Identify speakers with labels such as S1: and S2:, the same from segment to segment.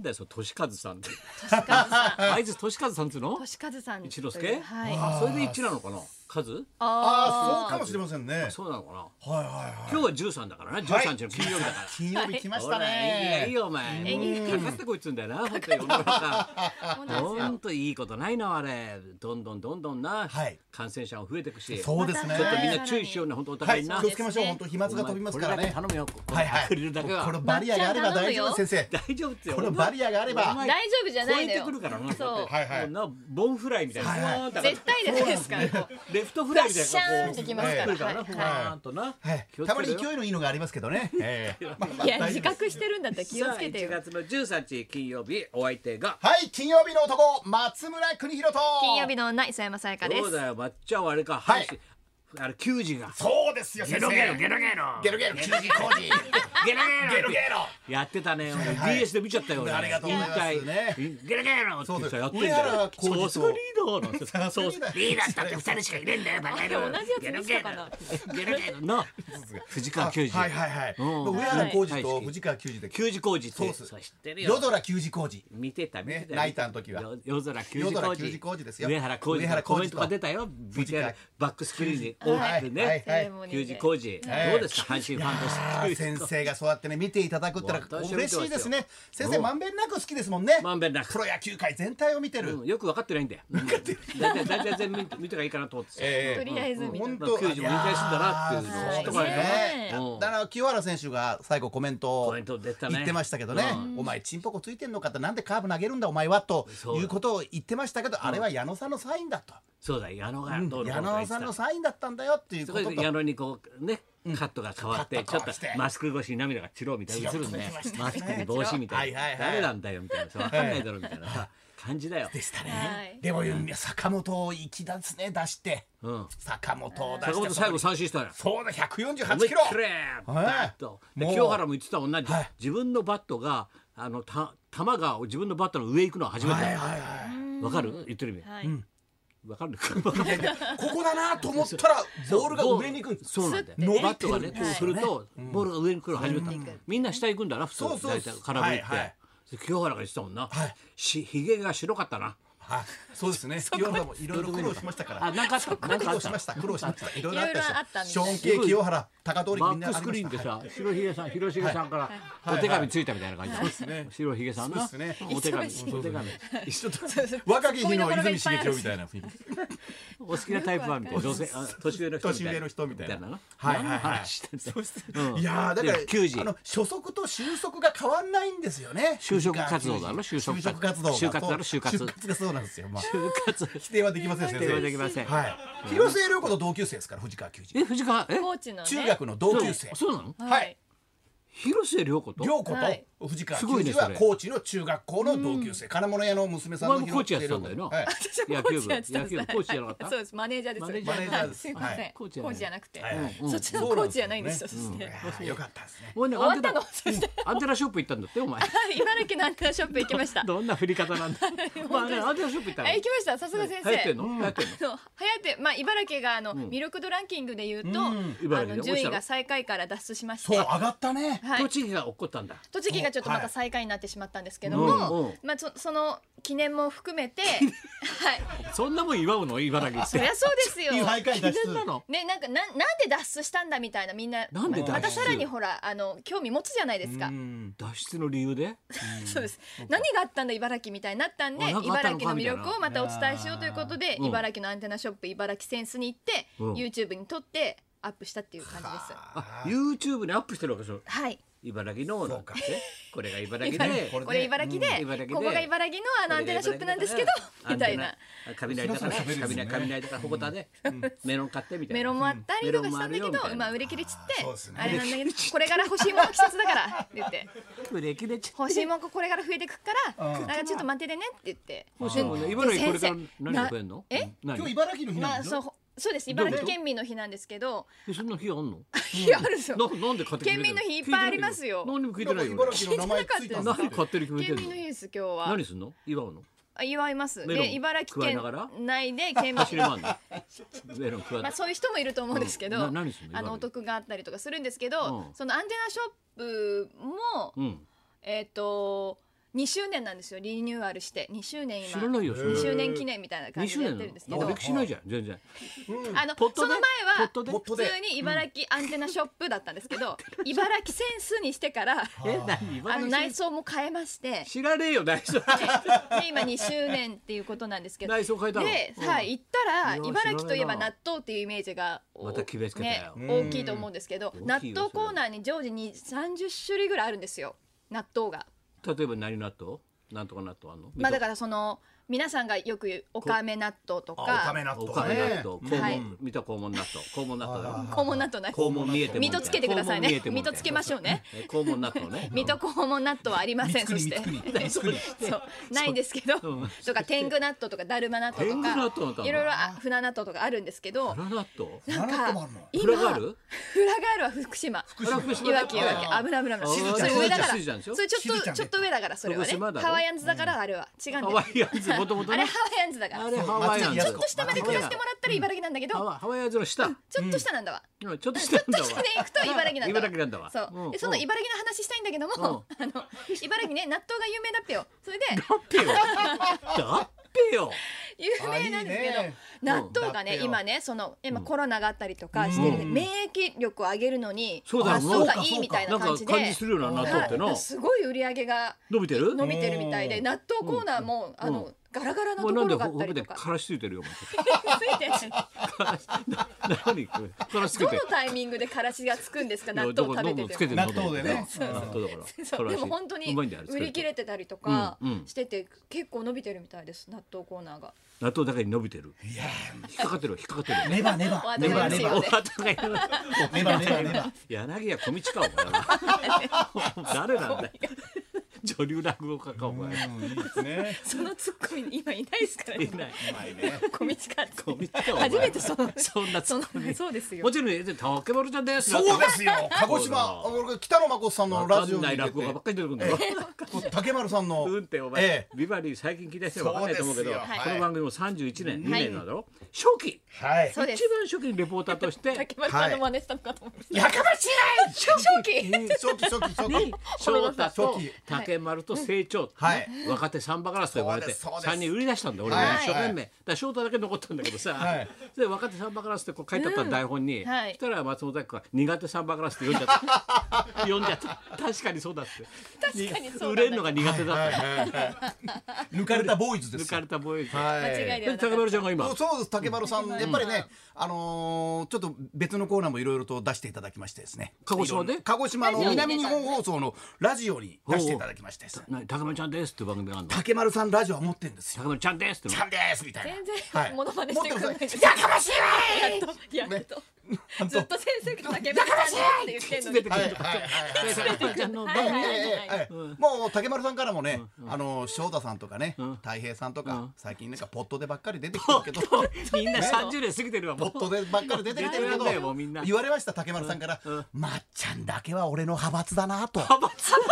S1: だよ、その俊和さんって。
S2: としかずさん。
S1: あいつ俊和さんっつうの
S2: と。しかずさん。
S1: 一之輔。
S2: はい。
S1: あそれで一なのかな。和。
S2: あ
S3: ああ、そうかもしれませんね。はい
S1: そうなのかな。
S3: はいはい。
S1: 今日は十三だからね、十三日の金曜日だから。
S3: 金曜日来まし
S1: ほ
S3: た
S1: ら、縁起が
S3: ね。
S1: いいよ、お前。
S2: 縁起がいい
S1: かかってこいっつうんだよな、本当に世の中。
S2: 本当です
S1: ほ
S2: よ
S1: んといいことないな、あれ。どんどんどんどんな
S3: はい。
S1: 感染者が増えてくし。ちょっ
S3: そうですね。
S2: ちょ
S1: とみんな注意しようね、本当お
S3: は
S1: 互い
S3: い、
S1: にな。
S3: 気をつけましょう。本当飛沫が飛びますから
S1: お前
S3: ね
S1: こ。れだけ頼むよ。
S3: はいはい
S1: アクリルだけは。
S3: このバリアがあれば大丈夫です先生。
S1: 大丈夫ってよ。
S3: このバリアがあれ
S1: お
S3: ば。
S1: 前
S2: 大丈夫じゃない
S1: 超
S2: のよ。
S1: えてくるからな。
S2: そう。
S3: はいはい
S1: もうなボンフライみたいな。
S3: はいはい
S1: ふわーんと上がって
S2: 絶対じゃないですから。こ う
S1: レフトフライみたいな
S2: ガッシャーン
S1: こ
S2: っ
S1: う
S2: てきます
S3: から
S1: 来るからな、
S2: はい
S1: ふわーんとな。
S3: はい
S1: 気をつけろよ
S3: たまに勢いのいいのがありますけどね。 ええまあまあ
S2: いや
S3: 大丈
S2: 自
S3: 夫です
S2: 覚してるんだったら気をつけてよ
S1: さあ。1月の13日金曜日お相手が。
S3: はい、金曜日の男、松村邦弘と。
S2: 金曜日の女磯山さやかで
S1: そう
S2: す。
S1: だよ、まっちゃんはあれか、
S3: はい
S1: 阪神あれ球児が。
S3: そうですよ、先生。
S1: ロゲロ。
S3: ゲロゲロ、球児工事。
S1: ゲロゲ
S3: ゲロゲロ。
S1: やってたね、俺
S3: はい
S1: DS で見ちゃったよ、俺。
S3: ありがとうございますね
S1: 引退ゲロゲロって言ってやってんだ
S3: 上原
S1: よ。
S3: 浩二
S1: ソ
S3: と
S1: ースリードーの。ソースリーダーだって二人しかいねえんだよ、バカ野郎。
S2: 同じやつ見せたかな。
S1: ゲロゲロの藤川球児。
S3: はいはいはい。
S1: うん
S3: 上原浩
S1: は
S3: 二
S1: い
S3: と藤川球児で。
S1: 球児工事って。
S3: そうっす
S1: そう知ってるよ
S3: 夜。空球児工事。
S1: 見てた見てた、
S3: ねナイターの時は
S1: よ夜空球児
S3: 夜
S1: 工
S3: 空
S1: 事
S3: 球児工事ですよ
S1: 上原浩二
S3: 上
S1: の
S3: 原
S1: コ
S3: 浩
S1: メン
S3: 二
S1: ト
S3: と
S1: が出たよ VTR バックスクリーンに
S3: は
S1: 大き
S3: い
S1: く
S3: はい
S1: ね
S3: はい。
S1: 球児工事ど
S3: はいう
S1: ですか阪神ファンと
S3: あー
S1: して
S3: 先生がそうやってね見ていただくってのは
S1: 私は見てますよ
S3: 嬉しいですね先
S1: う
S3: 生
S1: ん
S3: まんべんなく好きですもんね
S1: まんべんなく
S3: プロ野球界全体を見てる、
S1: うんよく分かってないんだよ分かって大体大体全部見てがいいかなと思ってさ
S2: と
S3: え
S2: りあえず見と
S3: 本
S1: ま
S2: く。
S3: 当
S1: あ球児も引退するんだなっていう
S3: いやー
S2: 知っと
S3: そ
S2: か
S3: う
S2: な
S3: で
S2: い
S3: す
S2: とね
S3: ね
S1: うん
S3: だから清原選手が最後コメント
S1: コ
S3: を
S1: メント出たね
S3: 言ってましたけどねお前チンポコついてんのかってなんでカーブ投げるんだお前はと
S1: そう
S3: いうことを言ってましたけどあれは矢野さんのサインだと
S1: そうだ矢野がどうのこう
S3: 矢
S1: のとか言
S3: 野
S1: ってた
S3: さんのサインだったんだよっていう
S1: そ
S3: こ
S1: ことで
S3: と
S1: 矢野にこうねカットが変わって
S3: カッ
S1: ちょっ
S3: ト変
S1: と
S3: わして
S1: マスク越しに涙がチローみたいに映るんで
S3: チロッとし
S1: マスクに帽子みたいな
S3: はいはいはい
S1: 誰なんだよみたいな分かんないだろうみたいなさ感じだよ
S3: でした
S2: はい
S3: ねでも坂本をきだすね出して
S1: うん
S3: 坂本を出して
S1: 坂本最後三振したよ
S3: そうだ148
S1: 思いっ
S3: キロ
S1: きりバーッと、で
S3: もう
S1: 清原も言ってた同じ、
S3: はい
S1: 自分のバットがあのた球が自分のバットの上行くのは初めてわ、
S3: はいはいは
S1: かる言ってる意味
S2: はい。
S1: わかるボ
S3: いここだなと思ったらボールが上に行くんです
S1: そうなんだよ、
S2: スッてね
S1: バットがねこう
S2: はい
S1: すると、ボールが上に来るの初めて、みんな下行くんだな普通
S3: そうそう
S1: 大体空振りって、
S3: はいはい
S1: で清原が言ってたもんな、
S3: はい
S1: しひげが白かったな
S3: はいそうですね清原もいろいろ苦労しましたから
S1: あなんかあったなん
S3: 苦
S1: かあ
S3: 労
S1: っ
S3: したました苦労しましたいろいろあったでし
S2: いろ
S3: ょ
S2: いろあったみたい
S3: ショーン系清原高通り
S1: バ
S3: みんな
S1: ック
S3: ありま
S1: スクリーンで
S3: した
S1: さ、白ひげさん、広重さんからお手紙ついたみたいな感じ。
S3: すね
S1: 白ひげさんな、
S3: そうですね
S1: お手紙、
S2: 忙しい
S1: お手紙。
S3: 一緒だ若き日の泉重清みたいな雰囲気
S1: お好きなタイプはみたいな、女性、あ年上の人みたいな。
S3: 年上の人みたいな
S1: な。
S3: はいは
S1: 何
S3: いは
S1: の
S3: い
S1: 話してんだようん
S3: いやーだから
S1: で球児
S3: あの初速と収束が変わんないんですよね
S1: 就職活動だろ就職活
S3: 就職活動が
S1: 就活だろ就活
S3: 就活がそうなんですよまあ
S1: 就活
S3: 否定はできません先生
S1: 否定はできません
S3: はい広末涼子と同級生ですから藤川球児
S1: え、藤川、え、
S2: コーチのね。
S3: 中学の同級生
S1: そうなの
S2: は
S3: はいい。
S1: 広末涼子と
S3: 涼子
S2: はい
S3: と藤川
S1: すごい
S3: 球
S1: ね
S3: 児
S1: そ
S3: は
S1: れ
S3: 高知の中学校の同級生金物屋の娘さん
S1: お前
S3: の
S1: もコーチやってたんだよな
S3: 広末涼子
S2: 私はコーチやってた
S1: 野球部コー
S2: んです
S1: チじゃなかった
S2: そうですマネージャーです
S1: マネージャ
S3: ー
S2: はいすいません、
S3: は
S1: コ
S2: コ
S1: ー
S2: ー
S1: チじ
S2: チ
S1: ゃない
S2: じゃなくて、
S3: はいはい
S2: そっちのコーチじゃないんですよそして、
S3: はいよかったですね
S1: お前ね
S2: 終わった
S1: ア
S2: の
S1: ンテナアンテナショップ行ったんだってお 前
S2: 茨城のアンテナショップ行きました
S1: どんな振り方 なんだお前ねアンテナショップ行ったの
S2: え行きましたさすが先生
S1: 流行ってんの流行ってんの
S2: あの早手まあ茨城があの、魅力度ランキングで言うと、あ
S1: 茨城ね
S2: の順位が最下位から脱出しまし
S3: そう
S2: て、
S3: 上がったね
S2: はい、
S1: 栃木が落っこったんだ
S2: 栃木がちょっとまた最下位になってしまったんですけども、
S1: うんうん
S2: まあそその記念も含めて、 はい、
S1: そんなもん祝うの茨 城っ
S2: そり
S1: て
S2: ゃそうです よ。
S3: いい大会脱
S1: 記念
S3: 出
S1: なの
S2: ね、なんかなんなんで脱出したんだみたいなみんな
S1: なんで脱出
S2: またさらにほらあの興味持つじゃないですか、
S3: うん
S1: 脱出の理由で
S2: そうです何があったんだ茨城みたいになったんで
S1: あなんかあった
S2: 茨
S1: のか
S2: 城の魅力をまたお伝えしようということで
S1: うん
S2: 茨城のアンテナショップ茨城センスに行って、
S1: うん
S2: YouTube に撮ってアップしたっていう感じです
S1: あ YouTube にアップしてるわけでしょ
S2: はい
S1: 茨城のなんかねこれが茨城
S2: 茨
S1: で
S2: 城
S3: で
S2: これ茨城で,、
S1: うん茨城で
S2: ここが茨城のあのアンテナショップなんですけど みたいな
S1: 雷だから
S3: すいません喋りです
S1: 雷
S3: ね
S1: 雷だからほこたでメロン買ってみたいな
S2: メロンもあったりとかしたんだけ
S1: メロンもあるよみたい
S2: ど、
S1: な
S2: まあ売り切れちっ
S3: あー
S2: て
S3: そうですね
S2: あれなんだけどこれから欲しいもの季節だからって 言って
S1: 歴でち
S2: 欲しいもんこれから増えてくから、
S3: うん
S2: なんかちょっと待っててねって言って。
S1: 欲しいもんね茨城これから何が増えんの
S2: なえ
S1: 何
S3: 今日茨城の日
S2: ま
S3: な
S2: あ
S3: んです
S2: そ
S3: よ
S2: うそうです茨城県民の日なんですけど
S1: えそんな日あんの
S2: 日あるんですよ
S1: ななんで買ってくれてる
S2: 県民の日いっぱいありますよ
S1: 何にも聞いて
S3: なん
S1: な
S3: か
S1: いよ俺
S3: 茨城の名前ついて
S2: 聞いてな
S3: ま
S2: か
S3: す
S1: 何買ってる決めて
S2: 県
S1: ん
S2: 民の日
S1: の
S2: です今日は
S1: 何すんの祝うの
S2: あ祝います
S1: メロン
S2: で茨城
S1: 加え
S2: 県
S1: ながら
S2: 内で県民
S1: 走り回んのメロン食わ
S2: ま
S1: な
S2: あそういう人もいると思うんですけど、
S1: うんな何すんの
S2: あのお得があったりとかするんですけど、
S1: うん
S2: そのアンテナショップも、
S1: うん
S2: えっ、と2周年なんですよリニューアルして2周年
S1: 知
S2: 今
S1: らないよそん
S2: 2
S1: な
S2: 周年記念みたいな感
S1: 2
S2: じ
S1: 周
S2: でやっ
S1: 年
S2: て
S1: な
S2: るんですけ
S1: の
S2: ど
S1: あ歴史ないじゃん全然
S2: あの
S1: ポット
S2: そ
S1: で
S2: の前
S1: ポ
S2: は
S1: ットで
S3: ポッ
S2: 普
S3: トで
S2: 通に茨城アンテナショップだったんですけど茨城センスにしてから
S1: え何茨
S2: あの
S1: 城
S2: 内
S1: 先生
S2: 装も変えまして
S1: 知らねえよ内 装
S2: で今2周年っていうことなんですけど
S1: 内装変えたの
S2: で、
S1: うん
S2: はい、行ったら
S1: いや
S2: 茨城といえば
S1: 知らないな
S2: 納豆っていうイメージがお
S1: また決めつけたよ
S2: ね
S3: うん
S2: 大きいと思うんですけど
S1: 大きいよ
S2: 納豆コーナーに常時に30種類ぐらいあるんですよ納豆が。
S1: 例えば何納豆なんとか納豆あんの
S2: まあ、だからその皆さんがよく言うおかめ納豆と
S3: あおか
S2: か
S3: め納
S1: お
S3: 豆
S1: 金納
S3: ね
S1: 豆
S2: は
S1: 肛
S2: い
S1: 門見た肛門納豆肛門納豆だ
S3: あ
S1: よ
S2: 肛門納豆ない
S1: 肛門見えてもみたいな
S2: 身とつけてくださいね
S1: 肛門見えてもみ
S2: 身
S1: た
S2: と
S1: いな
S2: つけましょうね
S1: え肛門納豆ね
S2: 水戸黄門納豆はありませんそして
S3: 三つ国
S2: そうないんですけど
S1: うん
S2: とか天狗納豆とかだるま納豆
S1: 天
S2: と
S1: 狗納豆なん
S2: か
S1: か
S2: いろいろあ船納豆とかあるんですけど
S1: 裏納豆
S2: なん
S3: 何納豆
S2: か
S3: もあるの
S2: 今
S1: フラガール
S2: フラガールは福島
S1: 裏福島
S2: いわきいわ
S1: あ
S2: き危ない危ない危ない
S1: しずちゃん
S2: それ上だから
S1: し
S2: そ
S1: ずちゃんでしょ
S2: れちょ
S3: し
S2: っ
S3: ずち
S2: と
S3: ゃん
S2: ちょっと上だからそれはね
S1: 福島だろ
S2: ハワイアンズだからあれは違うん
S1: ハ
S2: だよ
S1: ワイアンズもともと
S2: あれ
S1: ね
S2: ハワイアンズだから
S1: あ
S2: ち
S1: れハワイアンズ
S3: ち
S2: ょっと下まで暮らしてもらったら茨城なんだけど
S1: ハワハワイアンズの下
S2: ちょっと下なんだわ
S1: うんちょっと
S2: ち
S1: 下
S2: ょっ
S1: な
S2: と
S1: んだ
S2: 下
S1: わ
S2: で行くと茨城なんだわ
S1: 茨城なんだわ
S2: そう、
S1: うん
S2: でその茨城の話したいんだけども、あの茨城ね納豆が有名だっぺよそれで
S1: だっぺよだっぺよ
S2: 有名なんですけど
S3: あいいね
S2: 納豆がね、
S3: うん
S2: 今ねその今コロナがあったりとかしてるんで、
S3: うん
S2: 免疫力を上げるのに
S1: そうだよ
S2: 発想が
S3: そうか
S2: いいみたい
S1: な
S2: なん
S1: か
S2: 感じで
S1: 感じするような納豆って
S2: は
S1: ない
S2: すごい売り上げが
S1: 伸びてる
S2: 伸びてるみたいで
S3: うん
S2: 納豆コーナーも、あ
S1: う
S2: のガラガラの
S1: もうな
S2: とこ
S1: んで
S2: ろがあ
S1: ほ
S2: った
S1: ほ
S2: り
S1: くで
S2: とか。
S1: からしついてるよお前
S2: ついてる
S1: 何からしつけ
S2: ど
S1: て
S2: のタイミングでからしがつくんですか納豆を食べて
S1: つ
S2: て
S1: け
S2: も
S1: て
S3: 納豆でね
S1: 納豆だから
S2: そうでも本当に
S1: うまいんだよあ
S2: 売り切
S1: れ
S2: れてたりとか
S1: うんうん
S2: してて結構伸びてるみたいです納豆コーナーが
S1: 納豆だけに伸びてる
S3: いや
S1: 引っかかってる引っかかって る
S3: ネバネバ
S2: ネ
S3: ネ
S2: バ
S3: バ
S2: ネ
S3: ネ
S2: バ
S3: バ
S1: お後がいる
S3: ネバネバネバ
S1: 柳家小道かお前誰なんだよ女流落語家かお
S3: うん
S1: 前
S3: いいですね
S2: そのツッコミ今いないですからね
S1: いない
S3: いまいね
S2: 小道か
S1: 小道かお前
S2: 初めてその
S1: そんなツ
S2: その
S1: ッコミ
S2: そうですよ
S1: もちろんえ竹丸ちゃんです
S3: そうですよ鹿児
S1: そ
S3: 島
S1: うだ
S3: 俺北野真子さんの
S1: わ
S3: ラ
S1: か
S3: ジオ
S1: ん
S3: に
S1: ない
S3: 出
S1: 落語家ばっかり出てくるんだよ
S3: て竹丸さんの
S1: うんってお前、
S3: え
S1: ビバリー最近聞いた人は分かんないと思うけど、
S3: そうですよはい
S1: この番組も31年、
S2: うん
S1: 2年なの、初期
S3: はい
S2: そうで
S1: 一
S2: す
S1: 番初期にレポーターとして
S2: 竹丸さんの真似したのかと思いました
S3: やかましい
S2: 正気
S3: 初期初期初期
S1: に翔太と
S3: 初期
S1: 竹丸と成長、
S3: はい
S1: 若手サンバガラスと呼ばれて
S3: そうですそうです
S1: 3人売り出したんだよ俺も
S3: はい
S1: 一生懸命、だから翔太だけ残ったんだけどさ、
S3: はい
S1: で若手サンバガラスってこう書いてあった台本に、
S2: うんはい
S1: そしたら松本明子が「苦手サンバガラス」って読んじゃった 読んじゃった確かにそうだって
S2: 確かにそうだね
S1: 売れるのが苦手だった、
S3: 抜かれたボーイズで
S1: 抜
S3: す
S1: か
S3: よ
S1: れたボーイズ、
S3: は
S2: 間違いで
S1: で竹丸ちゃんが今
S3: そうです竹丸さんやっぱりねあのーちょっと別のコーナーもいろいろと出していただきましてですね
S1: 鹿児島で
S3: いろいろ鹿児島の
S2: ラジオで
S3: 南日本放送のラジオに出していただきましてですね
S1: 「何竹丸ちゃんです」っていう番組があるの
S3: 竹丸さんラジオは持ってるんですよ
S1: 竹丸ちゃんですっての
S3: ちゃんですみたいな
S2: 全
S3: は
S2: 然
S3: い
S2: モノマネしてくれない
S3: 持って
S2: です
S3: くださいやかましい
S2: や
S3: わ
S2: っとやっと
S3: い
S2: ずっと先生が竹丸さんだって言ってんの
S1: 出
S2: に
S1: てく
S3: はいは
S1: る
S3: い
S1: と
S3: はいはい
S1: で竹丸ちゃんの番
S2: はい
S1: 組
S2: はい
S3: ええええええもう竹丸さんからもね、あの翔太さんとかね、
S1: ん
S3: 太平さんとか、
S1: うん
S3: 最近なんかポットでばっかり出てきてるけど。
S1: みんな30年過ぎてるわ
S3: ポ
S1: も
S3: ッ
S1: う
S3: トでばっかり出てきてるけ
S1: 出てるん
S3: ど
S1: だよもうみんな
S3: 言われました竹丸さんから、まっちゃんだけは俺の派閥だなと派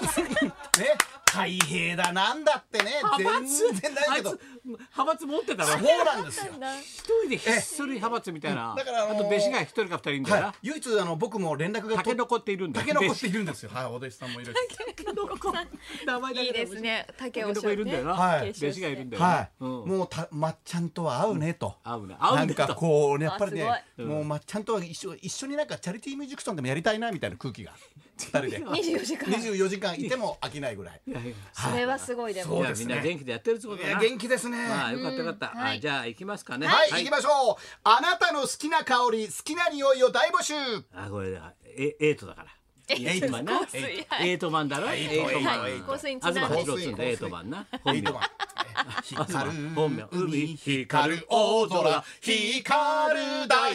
S3: 閥ね太平だなんだってね
S1: 派閥
S3: 全然ないけど
S1: あい
S3: そ
S1: つ派閥持ってたら
S3: うなんですよ
S1: 一人でひっそり派閥みたいな
S3: だからあ
S1: あ
S3: のー
S1: と弟子が一人か二人いるんだよ
S3: はい
S1: な
S3: 唯一あの僕も連絡が
S1: タケノコっているんだよ
S3: 竹の 子っているんですよはいお弟子さんもいるし
S1: 名前だけ
S2: いいですね竹を
S1: いるんだよな、
S3: はい
S1: 弟子がいるんだよな、
S3: はい、
S1: うん
S3: もうたまっちゃんとは合うねと、
S1: 合うな合う
S3: な
S1: ね
S3: ん
S1: と
S3: かこうねやっぱりね
S2: あ、
S1: ごい
S3: もうまっちゃんとは一緒一緒になんかチャリティーミュージックソンでもやりたいなみたいな 空気が二人で
S2: 二十四時間
S3: 24時間いても飽きないぐらい。
S1: いやいや
S2: それはすごいで
S3: そ
S2: も
S3: う
S1: いや
S3: です
S1: み
S3: ね
S1: んな元気でやってるってこと
S3: い
S1: だ
S3: や
S1: な
S3: 元気ですね。
S1: まあ
S3: はい、
S1: よかったよかった、
S2: うんはい
S1: あじゃあ行きますかね
S3: 行きましょう。あなたの好きな香り、好きな匂いを大募集。
S1: あこれだえエイトだから
S2: エイト
S1: マンな
S2: 香水はい
S1: エイトマンだろ
S3: イト
S1: エイトマン
S3: はい
S2: 香水にちなん
S1: 東
S2: で
S1: 八郎っつうんだエイトマンな本名
S3: 8番。光る
S1: 本名
S3: 海、
S1: 光
S3: 光
S1: る
S3: る
S1: 大
S3: 大
S1: 空
S3: 空、光る大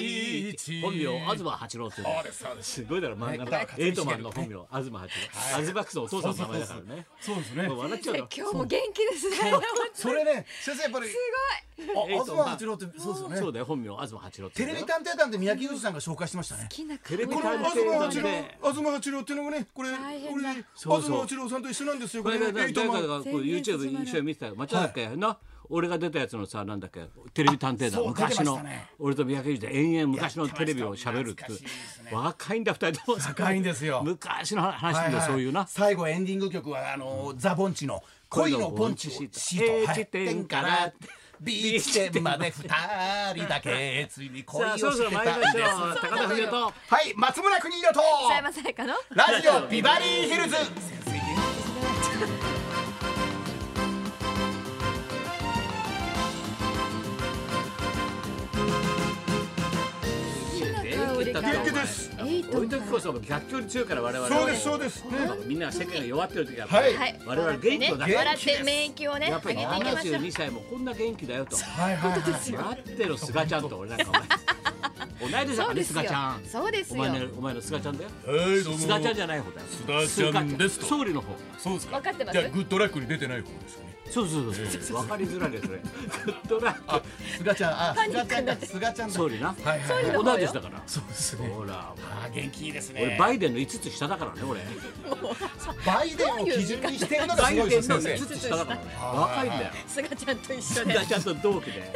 S3: 地。
S1: 本名東八郎って言うんだよ
S3: そうですそうです
S1: すごいだろ漫画
S3: ね
S1: だ
S3: 活躍してる
S1: エイトマンの本名東八郎東クスお父さんの名前だからね
S3: そうですね
S1: もう笑っちゃうよ
S2: 今日も元気ですね
S3: それね、先生やっぱり。すご
S1: えっ
S3: あ、
S1: と
S3: 東八郎って、そうですよ
S1: そ
S3: ね。
S1: うだよ本名東八郎って
S3: テ
S1: 言う
S3: レ
S1: んだ
S3: ビ
S1: よ
S3: 探偵団で三宅裕司さんが紹介してましたね。
S2: 好きな
S1: テレビ
S2: 香り
S1: 探偵
S2: が
S1: 団で
S3: 東八郎っていうのがね、これ、こ
S2: 大変だ
S1: そうそう
S3: 郎さんと一緒なんですよ。
S1: これだから誰かがこう
S2: 全然
S1: YouTube 一緒に見てた町田だっけな俺が出たやつのさなんだっけテレビ探偵
S3: あそ
S1: 団
S3: う
S1: 昔
S3: 出てまし
S1: の
S3: たね
S1: 俺と三宅裕司で延々昔のテレビを喋るって
S3: やってました懐かしいですね
S1: 若いんだ二人とも
S3: 若いんですよ
S1: 昔の話なんだよそういうな
S3: 最後エンディング曲はあのーザボンチの恋のポンチ
S1: 恋のポンチ
S3: シート
S1: はい
S3: 8点からビーチ点まで二人だけついに恋
S1: さ
S3: を
S1: あそろそ
S3: し
S1: ろ
S3: て
S1: 参りま
S3: たん
S1: しょ
S3: で
S1: う
S3: す
S1: 高田文夫と
S3: はい松村邦洋と
S2: 佐山さやかの
S3: ラジオビバリーヒルズ
S1: お前こう
S3: 元気です
S1: いう時こそ逆境に強いから我々は
S3: そうですそうですね
S1: みんな世界が弱ってる時は
S3: はい
S2: はい
S1: 我々元気を出す
S2: 笑って免疫をね
S1: や
S2: 上
S1: っぱり
S2: げていきましょう
S1: 72歳もこんな元気だよと
S3: はいはいはい
S1: 待ってろ菅ちゃんと俺なんか お前同い年だ
S2: そ
S1: か
S2: う
S1: ら
S2: で
S1: ね菅ちゃん
S2: すよそうです
S1: お
S2: よ
S1: 前のお前の菅ちゃんだよ
S4: はいどうも
S1: 菅ちゃんじゃない方だよ
S4: 菅ちゃんですと
S1: 総理の方
S4: そうですか
S2: 分かってます
S4: じゃあグッドラックに出てない方ですよね
S1: そうそうそうそう分かりづらいねそれグッドラック
S3: 菅ちゃんあ菅ちゃんだ菅ちゃんだ
S1: 総理な
S3: はいはいはい
S2: の方
S1: 同
S2: よ
S1: い年だから
S4: そうです
S1: ほら
S3: あ元気いいです
S1: 俺
S3: ね
S1: バイデンの5つ下だからね俺
S3: バイデンを基準にしてるのが
S1: バイデンの
S3: すごいですね先
S1: 5
S3: 生
S1: つ下だからね若いんだよ
S2: 菅ちゃんと一緒で
S1: 菅ちゃんと同期で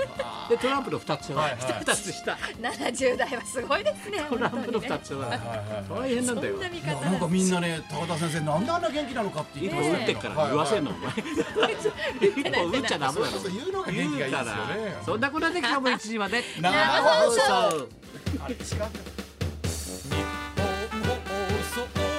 S1: でトランプの2つ下
S3: はいはい
S1: 2つ下
S2: 70代はすごいですね
S1: トラン
S2: 本
S1: プの
S2: 当にね
S1: 2つ下大変なんだよ
S2: そんな見
S3: いや
S2: 方
S3: なんかみんなね高田先生なんであんな元気なのかって
S1: 一
S3: 言
S1: 本打ってっから言わせんのお前一本打っちゃダメだ
S3: そう
S1: ろ
S3: そう言うのが元気
S1: 言
S3: がいういで
S1: か
S3: すよね
S1: らそんなことはで今日も1時まで
S3: 生
S2: 放
S1: 送
S3: あれ違う
S4: 放送